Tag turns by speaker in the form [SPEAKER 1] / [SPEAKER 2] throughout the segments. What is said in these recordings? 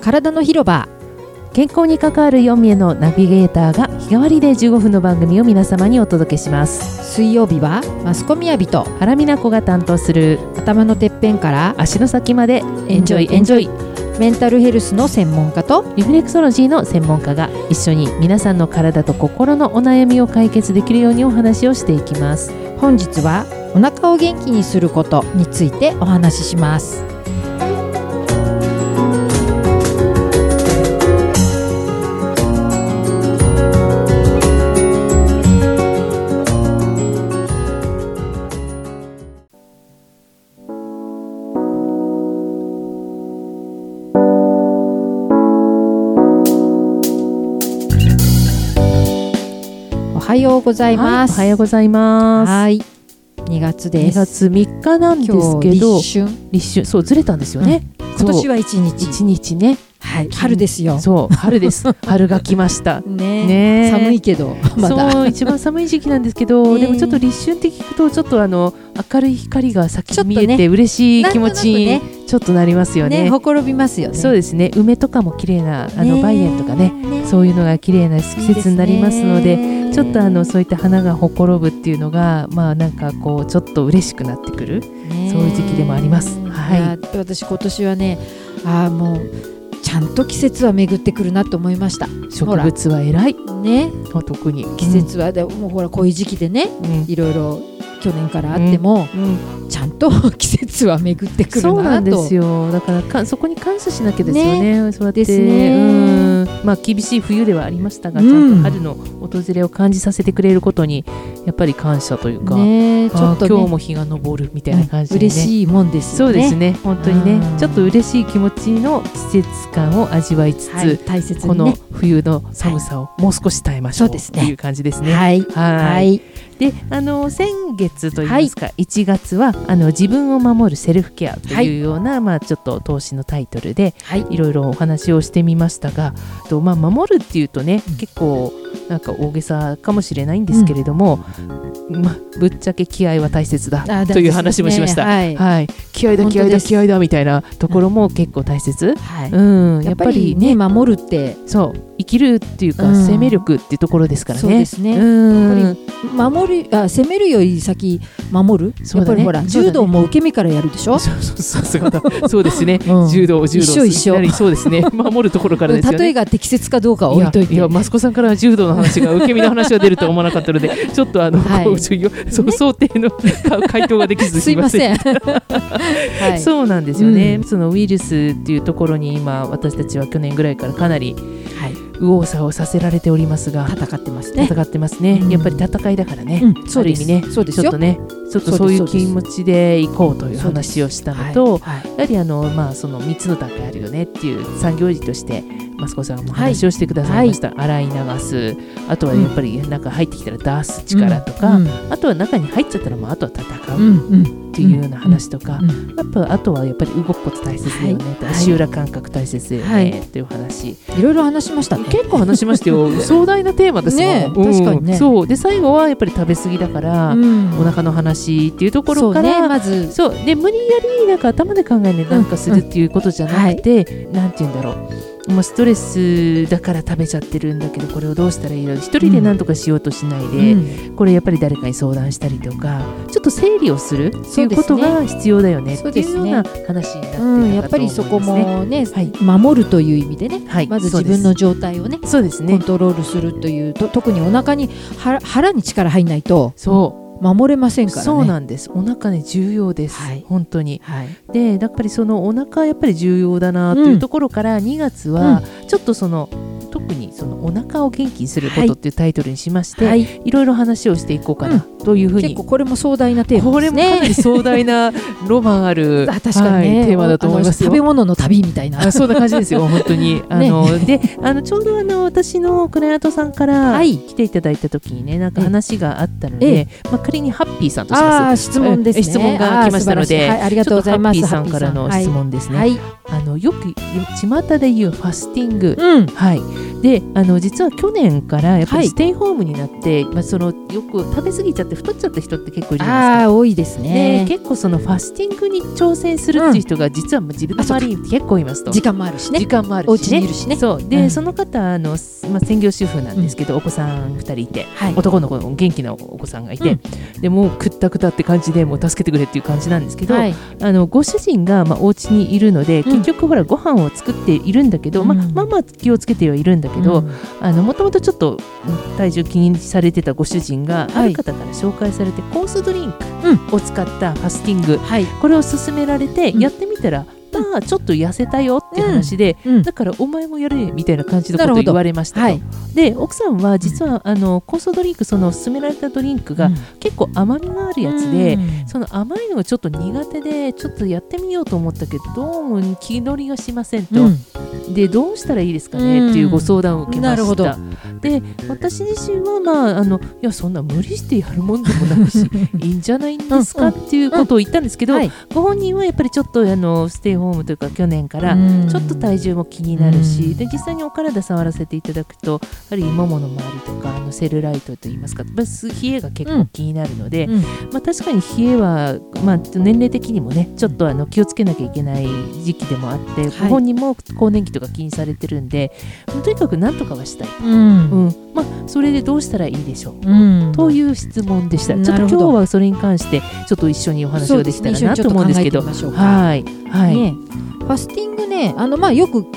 [SPEAKER 1] 体の広場
[SPEAKER 2] 健康に関わる4名のナビゲーターが日替わりで15分の番組を皆様にお届けします
[SPEAKER 1] 水曜日はマスコミやびと
[SPEAKER 2] 原美奈子が担当する
[SPEAKER 1] 頭のてっぺんから
[SPEAKER 2] 足の先まで
[SPEAKER 1] エンジョイエンジョイメンタルヘルスの専門家と
[SPEAKER 2] リフレクソロジーの専門家が一緒に皆さんの体と心のお悩みを解決できるようにお話をしていきます
[SPEAKER 1] 本日はお腹を元気にすることについてお話ししますおはようございます、
[SPEAKER 2] はいおはようございます
[SPEAKER 1] はい、2月で
[SPEAKER 2] 2
[SPEAKER 1] す。
[SPEAKER 2] 月3日なんです
[SPEAKER 1] 今日
[SPEAKER 2] けど
[SPEAKER 1] 立春。
[SPEAKER 2] 立春そうずれたんですよね、
[SPEAKER 1] 今年
[SPEAKER 2] は
[SPEAKER 1] は一日。
[SPEAKER 2] 1日ね
[SPEAKER 1] はい、春ですよ。
[SPEAKER 2] そう春です 春が来ました
[SPEAKER 1] ね
[SPEAKER 2] ねえ
[SPEAKER 1] 寒いけど まだ。
[SPEAKER 2] そう一番寒い時期なんですけど、
[SPEAKER 1] ね え
[SPEAKER 2] でもちょっと立春って聞くとちょっとあの明るい光が先
[SPEAKER 1] ちょっと
[SPEAKER 2] 見
[SPEAKER 1] ね
[SPEAKER 2] えて嬉しい気持ち
[SPEAKER 1] なん
[SPEAKER 2] に
[SPEAKER 1] と
[SPEAKER 2] ちょっとなりますよね
[SPEAKER 1] ねほころびますよね。
[SPEAKER 2] そうですね梅とかも綺麗なあの梅園とかねそういうのが綺麗な季節になりますのでちょっとあのそういった花がほころぶっていうのがまあなんかこうちょっと嬉しくなってくるそういう時期でもありますはい
[SPEAKER 1] や私今年はね、ああもうちゃんと季節は巡ってくるなと思いました。
[SPEAKER 2] 植
[SPEAKER 1] ほら
[SPEAKER 2] 物は偉い
[SPEAKER 1] ね、
[SPEAKER 2] 特に
[SPEAKER 1] 季、節はでもうほらこういう時期でね、
[SPEAKER 2] うんうん
[SPEAKER 1] いろいろ去年からあっても、ちゃんと 季節は巡ってくるなと。
[SPEAKER 2] そうなんですよだからかそこに感謝しなきゃですよねそうやっ
[SPEAKER 1] で
[SPEAKER 2] て
[SPEAKER 1] すね
[SPEAKER 2] うんまあ、厳しい冬ではありましたが、
[SPEAKER 1] うん
[SPEAKER 2] ちゃんと春の訪れを感じさせてくれることにやっぱり感謝というか、
[SPEAKER 1] ね、ちょ
[SPEAKER 2] あ
[SPEAKER 1] っと、ね、
[SPEAKER 2] 今日も日が昇るみたいな感じで、ね
[SPEAKER 1] 嬉しいもんです
[SPEAKER 2] そ
[SPEAKER 1] よ
[SPEAKER 2] う
[SPEAKER 1] ね。
[SPEAKER 2] ですね本当に
[SPEAKER 1] う
[SPEAKER 2] ね
[SPEAKER 1] ん
[SPEAKER 2] ちょっと嬉しい気持ちの季節感を味わいつつ、
[SPEAKER 1] はい、大切
[SPEAKER 2] こ
[SPEAKER 1] に
[SPEAKER 2] の
[SPEAKER 1] ね。
[SPEAKER 2] 冬の寒さをもう少し耐えましょう
[SPEAKER 1] そうです
[SPEAKER 2] と
[SPEAKER 1] ね
[SPEAKER 2] いう感じですね。はい
[SPEAKER 1] はい。はい。
[SPEAKER 2] であの先月といいますか、1月はあの自分を守るセルフケアと
[SPEAKER 1] はいいう
[SPEAKER 2] ような、まあ、ちょっと投資のタイトルで
[SPEAKER 1] はい。
[SPEAKER 2] いろいろお話をしてみましたがと、まあ、守るっていうとね、結構なんか大げさかもしれないんですけれども、まあ、ぶっちゃけ気合は大切だ
[SPEAKER 1] あ
[SPEAKER 2] という話もしました。
[SPEAKER 1] はい。
[SPEAKER 2] はい、気合だ
[SPEAKER 1] 本
[SPEAKER 2] 気
[SPEAKER 1] 当
[SPEAKER 2] 合
[SPEAKER 1] で
[SPEAKER 2] だ
[SPEAKER 1] す
[SPEAKER 2] 気合だみたいなところも結構大切、
[SPEAKER 1] は
[SPEAKER 2] う
[SPEAKER 1] い。
[SPEAKER 2] ん、
[SPEAKER 1] や
[SPEAKER 2] や
[SPEAKER 1] っ
[SPEAKER 2] っ
[SPEAKER 1] ぱ
[SPEAKER 2] ぱ
[SPEAKER 1] り
[SPEAKER 2] り
[SPEAKER 1] ね、
[SPEAKER 2] ね
[SPEAKER 1] 守るって、
[SPEAKER 2] そう生きるっていうか、
[SPEAKER 1] うん
[SPEAKER 2] 生命力っていうところですからね。
[SPEAKER 1] そうですね
[SPEAKER 2] うん
[SPEAKER 1] や守る、あ、攻めるより先、守る。
[SPEAKER 2] そ
[SPEAKER 1] や
[SPEAKER 2] う
[SPEAKER 1] っぱ
[SPEAKER 2] だ
[SPEAKER 1] り
[SPEAKER 2] ね
[SPEAKER 1] ほら、
[SPEAKER 2] そうだね
[SPEAKER 1] 柔道も受け身からやるでしょ
[SPEAKER 2] そうそうそうそうそうですね、
[SPEAKER 1] うん
[SPEAKER 2] 柔道柔道
[SPEAKER 1] 一緒一緒
[SPEAKER 2] いきなりそうですね 守るところからですよね
[SPEAKER 1] 例えが適切かどうかは置いといて。
[SPEAKER 2] ややマスコさんから柔道の話が受け身の話が出るとは思わなかったのでちょっとあの、
[SPEAKER 1] はい
[SPEAKER 2] こうちょよ そう
[SPEAKER 1] ね
[SPEAKER 2] 想定の か回答ができず
[SPEAKER 1] すいません。はい。
[SPEAKER 2] そうなんですよね、
[SPEAKER 1] うん
[SPEAKER 2] そのウイルスっていうところに今私たちは去年ぐらいからかなり
[SPEAKER 1] はい。
[SPEAKER 2] 右往左往させられておりますが
[SPEAKER 1] 戦ってますね。
[SPEAKER 2] 戦ってますね、
[SPEAKER 1] うん
[SPEAKER 2] やっぱり戦いだからね、
[SPEAKER 1] うん
[SPEAKER 2] ある意味ね
[SPEAKER 1] そうです
[SPEAKER 2] ちょっ
[SPEAKER 1] よ
[SPEAKER 2] と。ねちょっとそういう気持ちで行こうという
[SPEAKER 1] そうです
[SPEAKER 2] 話をした
[SPEAKER 1] は
[SPEAKER 2] の
[SPEAKER 1] い
[SPEAKER 2] と、
[SPEAKER 1] はい
[SPEAKER 2] やはりあの、まあ、その3つの段階あるよねっていう産業時として益子さんもお話をしてくださいました、洗い流すあとはやっぱり中入ってきたら出す力とか、
[SPEAKER 1] うん
[SPEAKER 2] あとは中に入っちゃったらもうあとは戦
[SPEAKER 1] う
[SPEAKER 2] ううん
[SPEAKER 1] うん
[SPEAKER 2] っていうような話とか、
[SPEAKER 1] うんうん
[SPEAKER 2] やっぱあとはやっぱり動くこと大切だよね、
[SPEAKER 1] はい
[SPEAKER 2] 足裏感覚大切だよね、
[SPEAKER 1] はい
[SPEAKER 2] っていう話
[SPEAKER 1] いろいろ話しましたね。
[SPEAKER 2] 結構話しましたよ 壮大なテーマですよ
[SPEAKER 1] ねえ確かにね
[SPEAKER 2] そうで最後はやっぱり食べ過ぎだから、
[SPEAKER 1] うん
[SPEAKER 2] お腹の話っていうところから、
[SPEAKER 1] そうね、まず、
[SPEAKER 2] そうで無理やりなんか頭で考えてなんかするっていうことじゃなくて、なんて言うんだろうもうストレスだから食べちゃってるんだけどこれをどうしたらいいの一人で何とかしようとしないで、
[SPEAKER 1] うん
[SPEAKER 2] これやっぱり誰かに相談したりとかちょっと整理をするって
[SPEAKER 1] そ
[SPEAKER 2] いうう
[SPEAKER 1] ですね
[SPEAKER 2] ことが必要だよねっ
[SPEAKER 1] そうで
[SPEAKER 2] てい
[SPEAKER 1] す
[SPEAKER 2] うよう
[SPEAKER 1] ね
[SPEAKER 2] な話になって
[SPEAKER 1] うん、
[SPEAKER 2] い
[SPEAKER 1] や
[SPEAKER 2] た
[SPEAKER 1] っ
[SPEAKER 2] か
[SPEAKER 1] ぱり
[SPEAKER 2] と思います、
[SPEAKER 1] そ
[SPEAKER 2] ね
[SPEAKER 1] こもね、
[SPEAKER 2] はい
[SPEAKER 1] 守るという意味でね、
[SPEAKER 2] はい
[SPEAKER 1] まず自分の状態をね、
[SPEAKER 2] そうですそう
[SPEAKER 1] コ
[SPEAKER 2] で
[SPEAKER 1] ン
[SPEAKER 2] すね
[SPEAKER 1] トロールするというと特にお腹に腹腹に力入んないと
[SPEAKER 2] そう
[SPEAKER 1] 守れませんからね。
[SPEAKER 2] そうなんですお腹ね重要です、
[SPEAKER 1] はい
[SPEAKER 2] 本当に
[SPEAKER 1] はい。
[SPEAKER 2] でやっぱりそのお腹やっぱり重要だなというところから、2月はちょっとその、特にそのお腹を元気にするこ
[SPEAKER 1] はい
[SPEAKER 2] とっていうタイトルにしまして、、
[SPEAKER 1] はいい。
[SPEAKER 2] ろいろ話をしていこうかなというふう
[SPEAKER 1] 結
[SPEAKER 2] に、
[SPEAKER 1] 構これも壮大なテーマ
[SPEAKER 2] こ
[SPEAKER 1] です
[SPEAKER 2] れもかな
[SPEAKER 1] ね。
[SPEAKER 2] り壮大なロマ ンある
[SPEAKER 1] あ確かにね、
[SPEAKER 2] はいテーマだと思います
[SPEAKER 1] あ
[SPEAKER 2] よ
[SPEAKER 1] の食べ。物の旅みたいな。
[SPEAKER 2] あそんな感じ ですよ、本当に。あの、で、あの、ちょうどあの、私のクライアントさんから
[SPEAKER 1] はい
[SPEAKER 2] 来ていただいた時にね、なんか
[SPEAKER 1] ええ
[SPEAKER 2] 話があったの
[SPEAKER 1] え
[SPEAKER 2] で、まあ、仮にハッピーさんとします。
[SPEAKER 1] ああ質問ですね。
[SPEAKER 2] え質問が来ました
[SPEAKER 1] あー
[SPEAKER 2] ので
[SPEAKER 1] 素晴らしいはい、ありがとうございます。
[SPEAKER 2] ちょっとハッピーさんからの質問ですね。
[SPEAKER 1] はい。はい
[SPEAKER 2] あのよく巷で言うファスティング、
[SPEAKER 1] うん
[SPEAKER 2] はい、であの実は去年からやっぱ
[SPEAKER 1] はい
[SPEAKER 2] りステイホームになって、まあ、そのよく食べ過ぎちゃって太っちゃった人って結構いるじゃないで
[SPEAKER 1] あ
[SPEAKER 2] すか。
[SPEAKER 1] あ多いです
[SPEAKER 2] で
[SPEAKER 1] ね
[SPEAKER 2] 結構そのファスティングに挑戦するっていう人が実は自分の周りに結構いますと、
[SPEAKER 1] 時間もあるしね
[SPEAKER 2] 時間もあ
[SPEAKER 1] お
[SPEAKER 2] る
[SPEAKER 1] 家
[SPEAKER 2] し
[SPEAKER 1] にい
[SPEAKER 2] ね
[SPEAKER 1] るしね
[SPEAKER 2] そうで、
[SPEAKER 1] うん
[SPEAKER 2] その方あの、すまあ、専業主婦なんですけど、お子さん2人いて
[SPEAKER 1] はい
[SPEAKER 2] 男の子の元気なお子さんがいて、でもうくったくたって感じでもう助けてくれっていう感じなんですけど、
[SPEAKER 1] はい
[SPEAKER 2] あのご主人がまあお家にいるので、
[SPEAKER 1] うん
[SPEAKER 2] 結局ほらご飯を作っているんだけど、まあ
[SPEAKER 1] うん
[SPEAKER 2] まあまあ気をつけてはいるんだけ
[SPEAKER 1] う
[SPEAKER 2] ど、
[SPEAKER 1] ん
[SPEAKER 2] あのもともとちょっとうん体重気にされてたご主人が、
[SPEAKER 1] はい
[SPEAKER 2] ある方から紹介されてコースドリンク
[SPEAKER 1] う
[SPEAKER 2] を使ったファスティング、
[SPEAKER 1] はい
[SPEAKER 2] これを勧められて
[SPEAKER 1] うん
[SPEAKER 2] やってみたら、まあちょっと痩せたよっていう話で、
[SPEAKER 1] うん
[SPEAKER 2] だからお前もやれみたいな感じのこ
[SPEAKER 1] なる
[SPEAKER 2] と
[SPEAKER 1] ほ
[SPEAKER 2] を
[SPEAKER 1] ど
[SPEAKER 2] 言われましたと、
[SPEAKER 1] はい
[SPEAKER 2] で奥さんは実は、あの酵素ドリンクその勧められたドリンクが結構甘みがあるやつで、
[SPEAKER 1] うん
[SPEAKER 2] その甘いのがちょっと苦手でちょっとやってみようと思ったけどどうも気取りがしませんと、
[SPEAKER 1] うん
[SPEAKER 2] でどうしたらいいですかねっていうご相談を受けま
[SPEAKER 1] なる
[SPEAKER 2] し
[SPEAKER 1] ほど
[SPEAKER 2] た、で私自身はまああのいやそんな無理してやるもんでもな いしいいんじゃないんですか
[SPEAKER 1] うん
[SPEAKER 2] っていうことを言ったんですけど、
[SPEAKER 1] はい
[SPEAKER 2] ご本人はやっぱりちょっとあのステイホームというか去年から、
[SPEAKER 1] うん
[SPEAKER 2] ちょっと体重も気になるし、
[SPEAKER 1] うん
[SPEAKER 2] で実際にお体触らせていただくとやはりももの周りとかあのセルライトといいますかまず冷えが結構気になるので、
[SPEAKER 1] うん
[SPEAKER 2] まあ、確かに冷えは、まあ、年齢的にもねちょっとあの気をつけなきゃいけない時期でもあって、
[SPEAKER 1] はい
[SPEAKER 2] ご本人も更年期とか気にされてるんでとにかく何とかはしたい、
[SPEAKER 1] うん
[SPEAKER 2] うんまあ、それでどうしたらいいでしょう
[SPEAKER 1] うん
[SPEAKER 2] という質問でした。ちょっ
[SPEAKER 1] な
[SPEAKER 2] と
[SPEAKER 1] る
[SPEAKER 2] 今
[SPEAKER 1] ほ
[SPEAKER 2] 日
[SPEAKER 1] ど
[SPEAKER 2] はそれに関してちょっと一緒にお話
[SPEAKER 1] そう
[SPEAKER 2] が
[SPEAKER 1] で
[SPEAKER 2] ですき
[SPEAKER 1] ね
[SPEAKER 2] たら
[SPEAKER 1] 一緒
[SPEAKER 2] な
[SPEAKER 1] にち
[SPEAKER 2] と
[SPEAKER 1] ょっと
[SPEAKER 2] 思うん
[SPEAKER 1] 考
[SPEAKER 2] です
[SPEAKER 1] え
[SPEAKER 2] け
[SPEAKER 1] てみ
[SPEAKER 2] ど。
[SPEAKER 1] ましょうか
[SPEAKER 2] はい、はい、
[SPEAKER 1] ねファスティングねあのまあよくね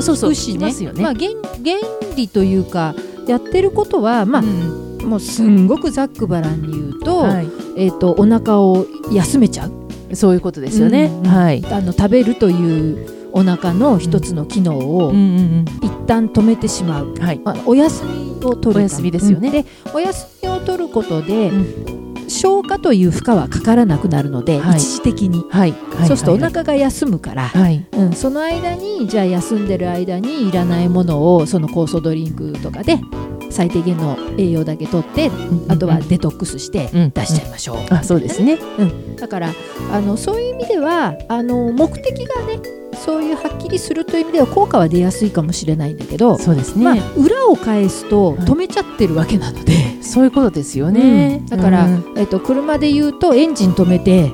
[SPEAKER 2] そうそう
[SPEAKER 1] 聞くし
[SPEAKER 2] 聞きま
[SPEAKER 1] ね
[SPEAKER 2] すよね
[SPEAKER 1] まあ原原理というかやってることはまあ、
[SPEAKER 2] うん
[SPEAKER 1] もうすんごくざっくばらんに言うと,、
[SPEAKER 2] はい、
[SPEAKER 1] えっとお腹を休めちゃう
[SPEAKER 2] そういうことですよね。
[SPEAKER 1] うん
[SPEAKER 2] はい、
[SPEAKER 1] あの食べるというお腹の一つの機能を
[SPEAKER 2] ん
[SPEAKER 1] 一旦止めてしまう、
[SPEAKER 2] うん、はい、
[SPEAKER 1] あお休みを取る
[SPEAKER 2] お休みですよね
[SPEAKER 1] うんでお休みを取ることで、
[SPEAKER 2] う
[SPEAKER 1] 消化という負荷はかからなくなるので、
[SPEAKER 2] はい
[SPEAKER 1] 一時的に、
[SPEAKER 2] はい、はい
[SPEAKER 1] そうするとお
[SPEAKER 2] はい
[SPEAKER 1] 腹が休むから、
[SPEAKER 2] はい、
[SPEAKER 1] うん、その間にじゃあ休んでる間にいらないものをその酵素ドリンクとかで最低限の栄養だけ取ってあとはデトックスして
[SPEAKER 2] うん
[SPEAKER 1] 出しちゃいましょう、
[SPEAKER 2] あ、そうですね。
[SPEAKER 1] だからあのそういう意味ではあの目的がねそういうはっきりするという意味では効果は出やすいかもしれないんだけど、
[SPEAKER 2] そうですね。
[SPEAKER 1] まあ、裏を返すと
[SPEAKER 2] はい
[SPEAKER 1] 止めちゃってるわけなので、
[SPEAKER 2] そういうことですよね。
[SPEAKER 1] うんだから
[SPEAKER 2] うん
[SPEAKER 1] えっと、車で言うとエンジン止めて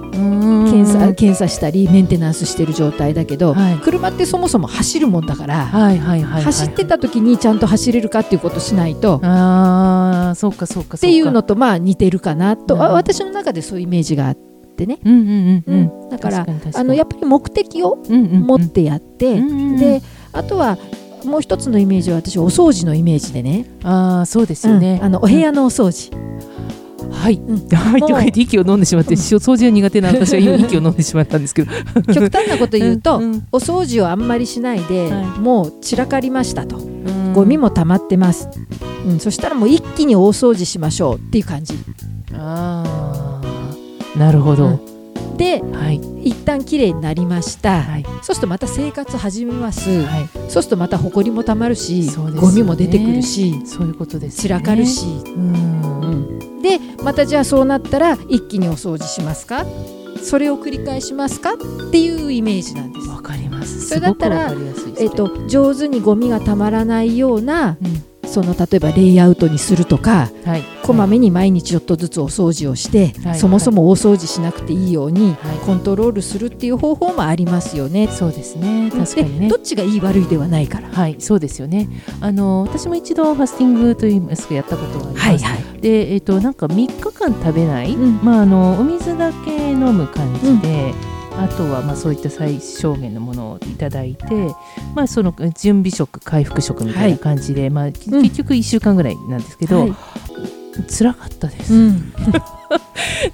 [SPEAKER 1] 検査,、検査したりメンテナンスしてる状態だけど、
[SPEAKER 2] はい
[SPEAKER 1] 車ってそもそも走るもんだから。
[SPEAKER 2] はいはいはいはい。
[SPEAKER 1] 走って。た時にちゃんと走れるかっていうことをしないとっ
[SPEAKER 2] ああ、そうかそうか。
[SPEAKER 1] ていうの。とまあ似てるかなと、あ
[SPEAKER 2] うん
[SPEAKER 1] 私の中でそういうイメージがあってね、
[SPEAKER 2] うんうんうんうん。
[SPEAKER 1] だから
[SPEAKER 2] 確に確に
[SPEAKER 1] あのやっぱり目的を
[SPEAKER 2] うんうんうん
[SPEAKER 1] 持ってやって、
[SPEAKER 2] うんうんうん
[SPEAKER 1] であとはもう一つのイメージは私お掃除のイメージでね
[SPEAKER 2] ああ、そうですよね
[SPEAKER 1] うん。あのお部屋のお掃 除、
[SPEAKER 2] はい。
[SPEAKER 1] うん
[SPEAKER 2] はい、
[SPEAKER 1] もう
[SPEAKER 2] とか言って息を飲んでしま って、
[SPEAKER 1] うん
[SPEAKER 2] 一生掃除が苦手な私は今息を飲んでしまったんですけど。
[SPEAKER 1] 極端なこと言うと、
[SPEAKER 2] んん
[SPEAKER 1] お掃除をあんまりしないで、
[SPEAKER 2] はい
[SPEAKER 1] もう散らかりましたと、
[SPEAKER 2] うん
[SPEAKER 1] ゴミも溜まってます、うん、そしたらもう一気に大掃除しましょうっていう感じ
[SPEAKER 2] ああ、なるほど。
[SPEAKER 1] で
[SPEAKER 2] はい
[SPEAKER 1] 一旦綺麗になりました、
[SPEAKER 2] はい
[SPEAKER 1] そうするとまた生活始めます、
[SPEAKER 2] はい。
[SPEAKER 1] そうするとまた埃もたまるし、
[SPEAKER 2] そうですよね
[SPEAKER 1] ゴミも出てくるし
[SPEAKER 2] そういうことです、ね。
[SPEAKER 1] 散らかる。し、
[SPEAKER 2] うん。
[SPEAKER 1] でまたじゃあそうなったら一気にお掃除しますかそれを繰り返しますかっていうイメージなんです。
[SPEAKER 2] わかります。
[SPEAKER 1] それだったら
[SPEAKER 2] すごくわかりやすいですね
[SPEAKER 1] えっ、と上手にゴミがたまらないような
[SPEAKER 2] うん
[SPEAKER 1] その例えばレイアウトにするとか
[SPEAKER 2] はい。
[SPEAKER 1] こまめに毎日ちょっとずつお掃除をして、
[SPEAKER 2] はい
[SPEAKER 1] そもそも大掃除しなくていいように
[SPEAKER 2] はい
[SPEAKER 1] コントロールするっていう方法もありますよね。
[SPEAKER 2] そうですね。確かに
[SPEAKER 1] で
[SPEAKER 2] ね
[SPEAKER 1] ど。っちがいい悪いではないから。
[SPEAKER 2] はい、そうですよね。あの私も一度ファスティングと言いますかやったことがあります。
[SPEAKER 1] はい。
[SPEAKER 2] で、えっ、となんか三日間食べない、
[SPEAKER 1] うん
[SPEAKER 2] まああのお水だけ飲む感じで。あとはまあそういった最小限のものをいただいて、まあ、その準備食回復食みたいな感じで、まあ、き
[SPEAKER 1] うん
[SPEAKER 2] 結局1週間ぐらいなんですけど、
[SPEAKER 1] はい
[SPEAKER 2] 辛かったです、
[SPEAKER 1] うん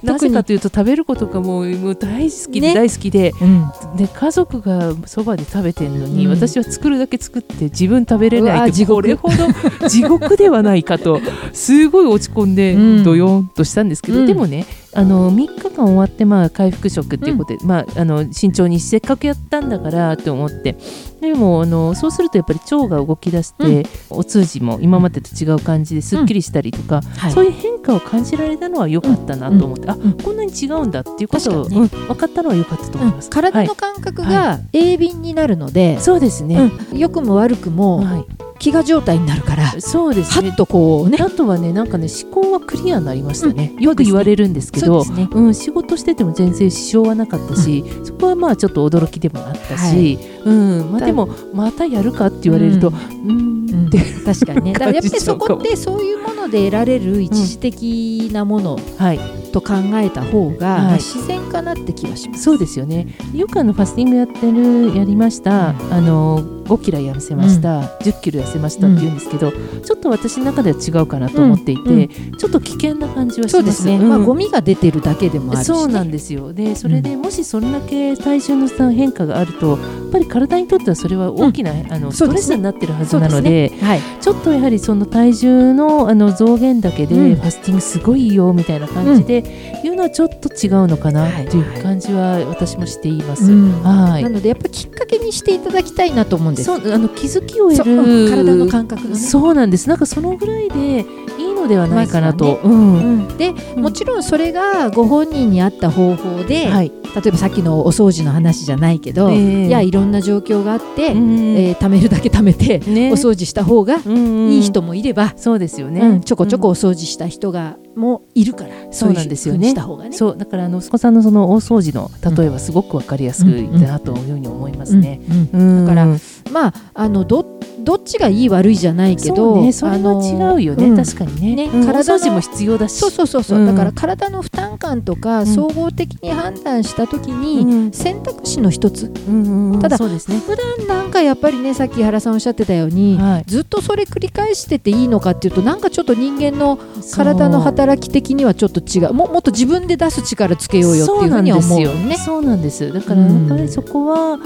[SPEAKER 2] なぜかというと食べることがもうもう大好きで、
[SPEAKER 1] ね
[SPEAKER 2] 大好きで
[SPEAKER 1] うん、
[SPEAKER 2] で家族がそばで食べてるのに、
[SPEAKER 1] うん
[SPEAKER 2] 私は作るだけ作って自分食べれ
[SPEAKER 1] う
[SPEAKER 2] な
[SPEAKER 1] わ
[SPEAKER 2] い
[SPEAKER 1] ー
[SPEAKER 2] って
[SPEAKER 1] 地
[SPEAKER 2] こ
[SPEAKER 1] 獄
[SPEAKER 2] れほど地獄ではないかとすごい落ち込んで
[SPEAKER 1] うん
[SPEAKER 2] どよんとしたんですけど、
[SPEAKER 1] うん
[SPEAKER 2] でもねあの3日間終わって、まあ、回復食っていうことで、まあ、あの慎重にせっかくやったんだからと思ってでもあのそうするとやっぱり腸が動き出して、
[SPEAKER 1] う
[SPEAKER 2] お通じも今までと違う感じですっきりしたりとか、
[SPEAKER 1] はい
[SPEAKER 2] そういう変化を感じられたのは良かったなと思って、あ
[SPEAKER 1] ん
[SPEAKER 2] こんなに違うんだっていうことを、
[SPEAKER 1] 確かにね
[SPEAKER 2] うん分かったのは良かったと思います。
[SPEAKER 1] 体
[SPEAKER 2] は
[SPEAKER 1] の感覚が鋭敏になるので
[SPEAKER 2] い、そうですね、
[SPEAKER 1] うん良くも悪くも
[SPEAKER 2] は
[SPEAKER 1] 飢餓状態になるから
[SPEAKER 2] い、そうです
[SPEAKER 1] は
[SPEAKER 2] ね
[SPEAKER 1] っとこうね
[SPEAKER 2] あとはねなんかね思考はクリアになりましたね、
[SPEAKER 1] うん
[SPEAKER 2] よく言われるんですけ
[SPEAKER 1] そう
[SPEAKER 2] ど
[SPEAKER 1] ですね
[SPEAKER 2] うん、仕事してても全然支障はなかったし、そこはまあちょっと驚きでもあったし、
[SPEAKER 1] は
[SPEAKER 2] うんまあ、
[SPEAKER 1] だ
[SPEAKER 2] でもまたやるかって言われると、うん
[SPEAKER 1] うん
[SPEAKER 2] って、
[SPEAKER 1] 確かにねだからやっぱりそこ
[SPEAKER 2] 感
[SPEAKER 1] っ
[SPEAKER 2] じ
[SPEAKER 1] てそういうもので得られる一時的なもの
[SPEAKER 2] はい、
[SPEAKER 1] と考えた方が、
[SPEAKER 2] はい
[SPEAKER 1] まあ自然かなって気はします。
[SPEAKER 2] そうですよねよくあのファスティングやってるやりました、あの5キロ痩せました、10キロ痩せましたって言うんですけど、ちょっと私の中では違うかなと思っていて、
[SPEAKER 1] うんうん
[SPEAKER 2] ちょっと危険な感じはし
[SPEAKER 1] そ
[SPEAKER 2] ます
[SPEAKER 1] うですね、
[SPEAKER 2] ん
[SPEAKER 1] まあゴミが出てるだけでもあるし、ね、
[SPEAKER 2] そうなんですよでそれでもしそれだけ体重のさ変化があるとやっぱり体にとってはそれは大きな、あのス
[SPEAKER 1] そう
[SPEAKER 2] ト
[SPEAKER 1] ですね
[SPEAKER 2] レスになってるはず
[SPEAKER 1] そう
[SPEAKER 2] な
[SPEAKER 1] で
[SPEAKER 2] の
[SPEAKER 1] す
[SPEAKER 2] で
[SPEAKER 1] ねはい、
[SPEAKER 2] ちょっとやはりその体重のあの増減だけで、
[SPEAKER 1] うん
[SPEAKER 2] ファスティングすごいよみたいな感じで、いうのはちょっと違うのかなってい
[SPEAKER 1] は
[SPEAKER 2] う
[SPEAKER 1] い
[SPEAKER 2] 感じは私もしています。
[SPEAKER 1] うん
[SPEAKER 2] はい
[SPEAKER 1] なのでやっぱりきっかけにしていただきたいなと思うんです。
[SPEAKER 2] そうあの気づきを得
[SPEAKER 1] そう
[SPEAKER 2] る
[SPEAKER 1] うん体の感覚がね。
[SPEAKER 2] そうなんですなんかそのぐらいでいいのではないかなと、うん
[SPEAKER 1] うんで、
[SPEAKER 2] うん
[SPEAKER 1] もちろんそれがご本人に合った方法で、
[SPEAKER 2] はい、
[SPEAKER 1] 例えばさっきのお掃除の話じゃないけど、
[SPEAKER 2] ええ
[SPEAKER 1] いやいろんな状況があって、
[SPEAKER 2] うん
[SPEAKER 1] えー貯めるだけ貯めて、
[SPEAKER 2] ね
[SPEAKER 1] お掃除した方がいい人
[SPEAKER 2] も
[SPEAKER 1] もいれば、
[SPEAKER 2] そうですよね、
[SPEAKER 1] うんちょこちょこお掃除した人が、もいるから
[SPEAKER 2] そうなんですよ
[SPEAKER 1] そういう風
[SPEAKER 2] ね
[SPEAKER 1] にした方がね。
[SPEAKER 2] そうだからあの息子さんのその大掃除の例えはすごくわかりやすくい
[SPEAKER 1] うん
[SPEAKER 2] たなというふうに思いますね。
[SPEAKER 1] うんうん
[SPEAKER 2] だ
[SPEAKER 1] からまああのどどっちがいい悪いじゃないけ
[SPEAKER 2] そう
[SPEAKER 1] ど、
[SPEAKER 2] ねそれは違うよね、
[SPEAKER 1] あの
[SPEAKER 2] 確かにね
[SPEAKER 1] ね
[SPEAKER 2] うんお
[SPEAKER 1] 体の
[SPEAKER 2] 掃除も必要だし
[SPEAKER 1] そうそうそうそう、
[SPEAKER 2] うん
[SPEAKER 1] だから体の負担感とか
[SPEAKER 2] ん
[SPEAKER 1] 総合的に判断した時に、
[SPEAKER 2] うん
[SPEAKER 1] 選択肢の一つ
[SPEAKER 2] うんうんうん
[SPEAKER 1] ただ
[SPEAKER 2] そうですね
[SPEAKER 1] 普段なんかやっぱりねさっき井原さんおっしゃってたように、
[SPEAKER 2] はい
[SPEAKER 1] ずっとそれ繰り返してていいのかっていうとなんかちょっと人間の体の働き的にはちょっと違うももっと自分で出す力つけようよっていうふうには思うよね。
[SPEAKER 2] そうなんですよそうなんですだから
[SPEAKER 1] う
[SPEAKER 2] や
[SPEAKER 1] ん
[SPEAKER 2] っぱりそこは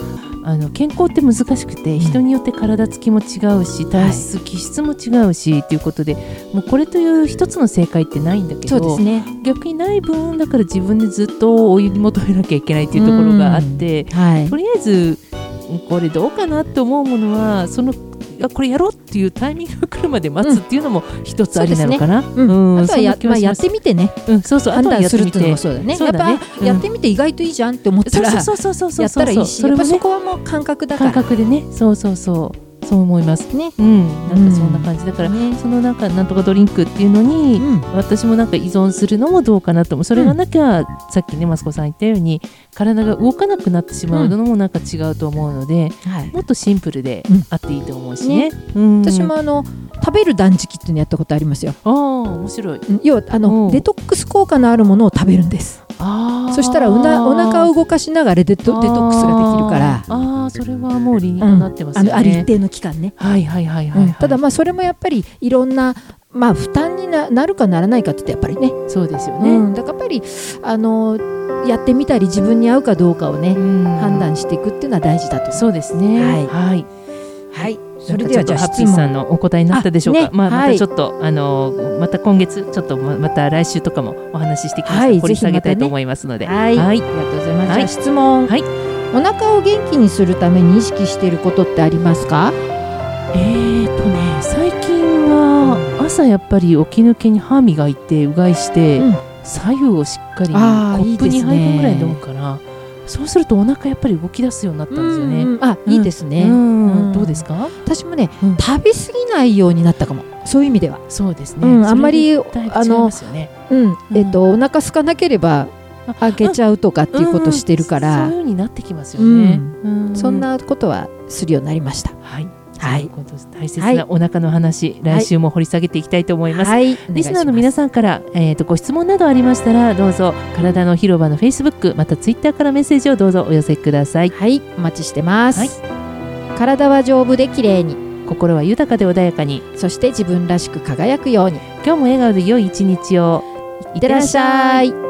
[SPEAKER 2] あの健康って難しくて人によって体つきも違うし体質気質も違うしということでもうこれという一つの正解ってないんだけど
[SPEAKER 1] そうですね、
[SPEAKER 2] 逆にない分だから自分でずっと追い求めなきゃいけないっていうところがあって、
[SPEAKER 1] はい
[SPEAKER 2] と、りあえずこれどうかなって思うものはそのあこれやろうっていうタイミングが来るまで待つっていうのも一つありなのかな、
[SPEAKER 1] うん
[SPEAKER 2] うん
[SPEAKER 1] あとはや,、
[SPEAKER 2] そん
[SPEAKER 1] ま
[SPEAKER 2] な
[SPEAKER 1] あ、
[SPEAKER 2] 気
[SPEAKER 1] や
[SPEAKER 2] が
[SPEAKER 1] っ
[SPEAKER 2] します
[SPEAKER 1] てみてね
[SPEAKER 2] うんそうそうあ
[SPEAKER 1] 判
[SPEAKER 2] とは
[SPEAKER 1] 断
[SPEAKER 2] やっ
[SPEAKER 1] す
[SPEAKER 2] て
[SPEAKER 1] るっ
[SPEAKER 2] み
[SPEAKER 1] ていうの
[SPEAKER 2] て
[SPEAKER 1] もそうだね
[SPEAKER 2] そうだね
[SPEAKER 1] やっぱ、
[SPEAKER 2] うん
[SPEAKER 1] やってみて意外といいじゃんって思ったら
[SPEAKER 2] そうそうそうそうそう
[SPEAKER 1] やったらいいし
[SPEAKER 2] それ
[SPEAKER 1] や
[SPEAKER 2] も
[SPEAKER 1] っぱそ
[SPEAKER 2] ね
[SPEAKER 1] こはもう感覚だか
[SPEAKER 2] 感
[SPEAKER 1] ら
[SPEAKER 2] 覚でねそうそうそうそう思います
[SPEAKER 1] ね。
[SPEAKER 2] うんなんかそんな感じだから、
[SPEAKER 1] ね
[SPEAKER 2] そのなんかなんとかドリンクっていうのに、
[SPEAKER 1] うん
[SPEAKER 2] 私もなんか依存するのもどうかなと思うそれがなきゃ、さっきねマスコさん言ったように体が動かなくなってしまうのもなんか違うと思うので、
[SPEAKER 1] はい、
[SPEAKER 2] もっとシンプルで
[SPEAKER 1] うん
[SPEAKER 2] あっていいと思うしね。うん
[SPEAKER 1] 私もあの食べる断食っていうのやったことありますよ。
[SPEAKER 2] ああ面白い
[SPEAKER 1] うん要はあ
[SPEAKER 2] うん
[SPEAKER 1] のデトックス効果のあるものを食べるんです。
[SPEAKER 2] あー
[SPEAKER 1] そしたらおなお腹を動かしながらデトデトックスができるから
[SPEAKER 2] あ、ーあーそれはもう理にかなってます
[SPEAKER 1] あ
[SPEAKER 2] よね、
[SPEAKER 1] のある一定の期間ね。
[SPEAKER 2] はいはいはいはい、はい
[SPEAKER 1] うんただまあそれもやっぱりいろんなまあ負担にななるかならないかって言ってやっぱりね。
[SPEAKER 2] そうですよね、
[SPEAKER 1] うん、だからやっぱりあのやってみたり自分に合うかどうかをね、判
[SPEAKER 2] 判
[SPEAKER 1] 断していくっていうのは大事だと思
[SPEAKER 2] そうですね
[SPEAKER 1] はい
[SPEAKER 2] はい、
[SPEAKER 1] う。はい。そ
[SPEAKER 2] それ
[SPEAKER 1] れ
[SPEAKER 2] で
[SPEAKER 1] で
[SPEAKER 2] は
[SPEAKER 1] はじ
[SPEAKER 2] じゃ
[SPEAKER 1] ゃ
[SPEAKER 2] あ
[SPEAKER 1] あ
[SPEAKER 2] ハッ
[SPEAKER 1] 質
[SPEAKER 2] ピーさん
[SPEAKER 1] 問
[SPEAKER 2] のお答えになったでしょうか。
[SPEAKER 1] あね
[SPEAKER 2] まあま
[SPEAKER 1] は
[SPEAKER 2] た
[SPEAKER 1] い
[SPEAKER 2] ちょっと、あのーまた今月ちょっとままた来週とかもお話ししていきます、
[SPEAKER 1] はい
[SPEAKER 2] 掘り下げ
[SPEAKER 1] ぜひま
[SPEAKER 2] た
[SPEAKER 1] た
[SPEAKER 2] い
[SPEAKER 1] ね
[SPEAKER 2] と思いますので。
[SPEAKER 1] はい
[SPEAKER 2] はい
[SPEAKER 1] ありがとうございます。
[SPEAKER 2] はい
[SPEAKER 1] じゃあ質問。
[SPEAKER 2] はい
[SPEAKER 1] お腹を元気にするために意識していることってありますか？
[SPEAKER 2] えーとね最近は朝やっぱり起き抜けに歯磨いてうがいして、
[SPEAKER 1] うん
[SPEAKER 2] 左右をしっかりコ
[SPEAKER 1] あー
[SPEAKER 2] ップ
[SPEAKER 1] いいで
[SPEAKER 2] に
[SPEAKER 1] すね
[SPEAKER 2] 杯分ぐらい飲むから、そうするとお腹やっぱり動き出すようになったんですよね。
[SPEAKER 1] う
[SPEAKER 2] うんん
[SPEAKER 1] うんあ、いいですね、うん
[SPEAKER 2] どうですか？
[SPEAKER 1] 私もね、
[SPEAKER 2] うん
[SPEAKER 1] 食べ過ぎないようになったかも。そういう意味では、
[SPEAKER 2] そうですね。
[SPEAKER 1] うんあんまり
[SPEAKER 2] それでだいぶ違いますよね
[SPEAKER 1] うん、
[SPEAKER 2] ん
[SPEAKER 1] えっとお腹空かなければ開けちゃうとかっていうことしてるから、
[SPEAKER 2] うんそういう風になってきますよね。う
[SPEAKER 1] そんなことはするようになりました。
[SPEAKER 2] はい、
[SPEAKER 1] はい
[SPEAKER 2] そううことです大切
[SPEAKER 1] はい
[SPEAKER 2] なお腹の話、来週も掘り下げていきたいと思います。
[SPEAKER 1] はい、
[SPEAKER 2] リスナーの皆
[SPEAKER 1] さ
[SPEAKER 2] さんから、えー、とご質問などありましたらどうぞ体の広場の Facebook また Twitter からメッセージをどうぞお寄せください
[SPEAKER 1] はい、お待ちしてます。体は丈夫で綺麗に、
[SPEAKER 2] 心は豊かで穏やかに
[SPEAKER 1] そして自分らしく輝くように。
[SPEAKER 2] 今日も笑顔で良い一日を
[SPEAKER 1] いってらっしゃい。